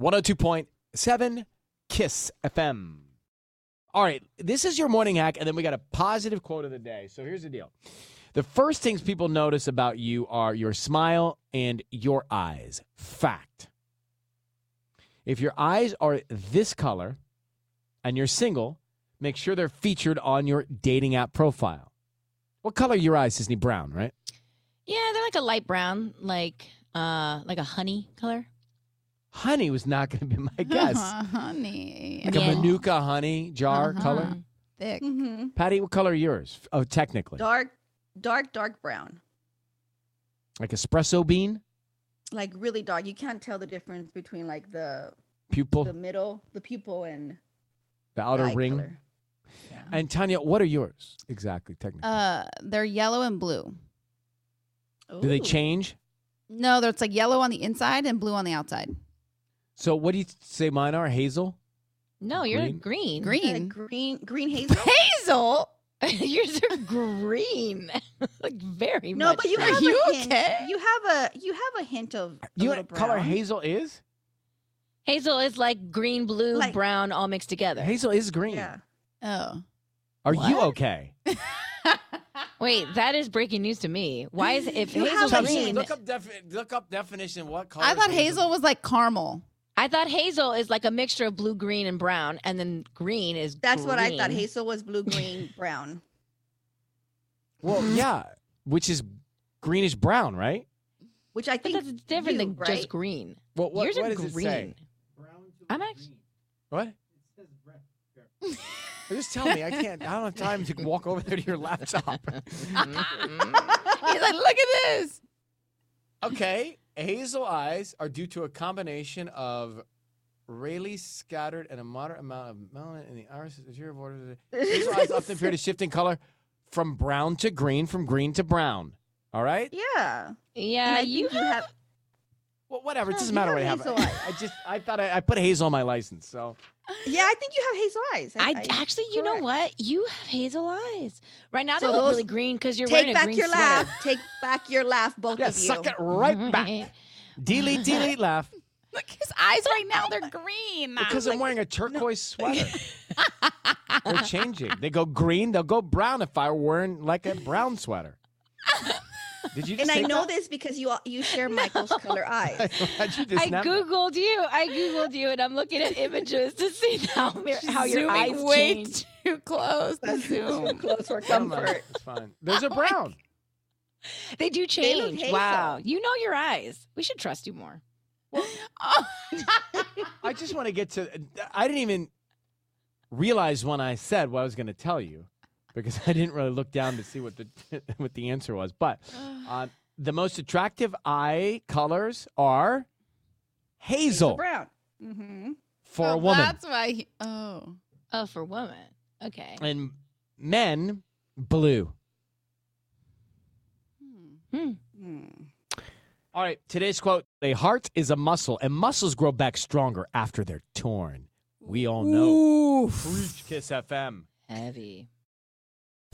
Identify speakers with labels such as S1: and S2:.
S1: 102.7 Kiss FM. All right, this is your morning hack, and then we got a positive quote of the day. So here's the deal The first things people notice about you are your smile and your eyes. Fact. If your eyes are this color and you're single, make sure they're featured on your dating app profile. What color are your eyes, Disney? Brown, right?
S2: Yeah, they're like a light brown, like uh like a honey color.
S1: Honey was not going to be my guess.
S3: honey.
S1: Like
S2: Yeah.
S1: a manuka honey jar
S3: Uh-huh.
S1: color.
S3: Thick.
S4: Mm-hmm.
S1: Patty, what color are yours? Oh, technically.
S4: Dark, dark, dark brown.
S1: Like espresso bean?
S4: Like really dark. You can't tell the difference between like the
S1: Pupil?
S4: the middle, the pupil, and
S1: The
S4: the
S1: outer
S4: eye
S1: ring?
S4: color.
S1: And Tanya, what are yours? Exactly, technically.
S3: Uh, they're yellow and blue.
S1: Do they
S4: Ooh.
S1: change?
S3: No, they're- it's like yellow on the inside and blue on the outside.
S1: So what do you say mine are? Hazel?
S2: No, you're
S1: Green?
S2: green.
S4: Is that a
S3: Green.
S4: green, green hazel.
S3: Hazel.
S2: Yours are green. like very
S4: no,
S2: much.
S4: but you
S2: green.
S4: have
S3: you
S4: a hint.
S3: okay?
S4: You have a you have a hint of
S1: Do
S4: a
S1: you know
S4: little
S1: what color
S4: brown.
S1: hazel is?
S2: Hazel is like green, blue,
S4: Like-
S2: brown, all mixed together.
S1: Hazel is green.
S4: Yeah.
S3: Oh.
S1: Are you
S2: What?
S1: okay?
S2: Wait, that is breaking news to me. Why is if
S4: You
S2: Hazel's
S4: have a
S2: green?
S4: hint. Look
S1: up defi- look up definition. What color?
S3: I thought hazel was like caramel.
S2: I thought Hazel is like a mixture of blue, green, and brown, and then green is
S4: That's what I thought.
S2: green.
S4: Hazel was blue, green, brown.
S1: Well, yeah, which is greenish brown, right?
S4: Which I
S2: But
S4: think
S2: that's different
S4: you,
S2: than
S4: right?
S2: just green.
S1: Well, what,
S2: Yours
S1: what
S2: are
S1: does
S2: green.
S1: it say?
S2: I'm actually
S1: What? Just tell me. I can't. I don't have time to walk over there to your laptop.
S3: He's like, look at this.
S1: Okay, hazel eyes are due to a combination of Rayleigh scattered and a moderate amount of melanin in the iris. interior border. Hazel eyes often appear to shift in color from brown to green, from green to brown. All right.
S4: Yeah. and
S2: Yeah,
S4: I
S2: Uh, you
S4: think you have
S1: Well, whatever. It
S4: Huh,
S1: doesn't
S4: you
S1: matter
S4: have
S1: what I have.
S4: hazel eyes.
S1: I just I thought I, I put hazel on my license. So
S4: Yeah, I think you have hazel eyes.
S2: I, actually, you know
S4: correct.
S2: what? You have hazel eyes. Right now,
S4: So
S2: they look
S4: those-
S2: really green because you're
S4: Take
S2: wearing a
S4: back
S2: green
S4: your
S2: sweater.
S4: laugh. Take back your laugh, both
S1: yeah,
S4: of you.
S1: suck it right back. Delete, delete, laugh.
S3: Look, his eyes right now, they're green.
S1: Because I'm wearing a turquoise sweater. They're changing. They go green. They'll go brown if I were wearing like a brown sweater. Did you just?
S4: And I
S1: take
S4: know
S1: that?
S4: this because you all- you share Michael's color eyes.
S1: How'd you just
S2: I
S1: snap that?
S2: googled you. I googled you, and I'm looking at images to see how mir-
S3: She's
S2: how your
S3: zooming
S2: eyes
S3: way
S2: change.
S3: too close to
S4: That's too
S3: zoom.
S4: close for
S1: Never mind.
S4: comfort. Oh
S1: It's fine. Those are brown.
S2: They do
S4: They look
S2: change.
S4: hazel.
S2: wow, you know your eyes. We should trust you more.
S3: Oh.
S1: I just want to get to. I didn't even realize when I said what I was going to tell you because I didn't really look down to see what the what the answer was. But uh, the most attractive eye colors are hazel
S4: Brown. Mm-hmm.
S1: for
S3: Oh,
S1: a woman.
S3: That's why. He, oh.
S2: Oh, for women. Okay.
S1: and men blue.
S3: Hmm.
S1: All right, today's quote: "A heart is a muscle, and muscles grow back stronger after they're torn." We all know. Preach, Kiss FM.
S2: Heavy.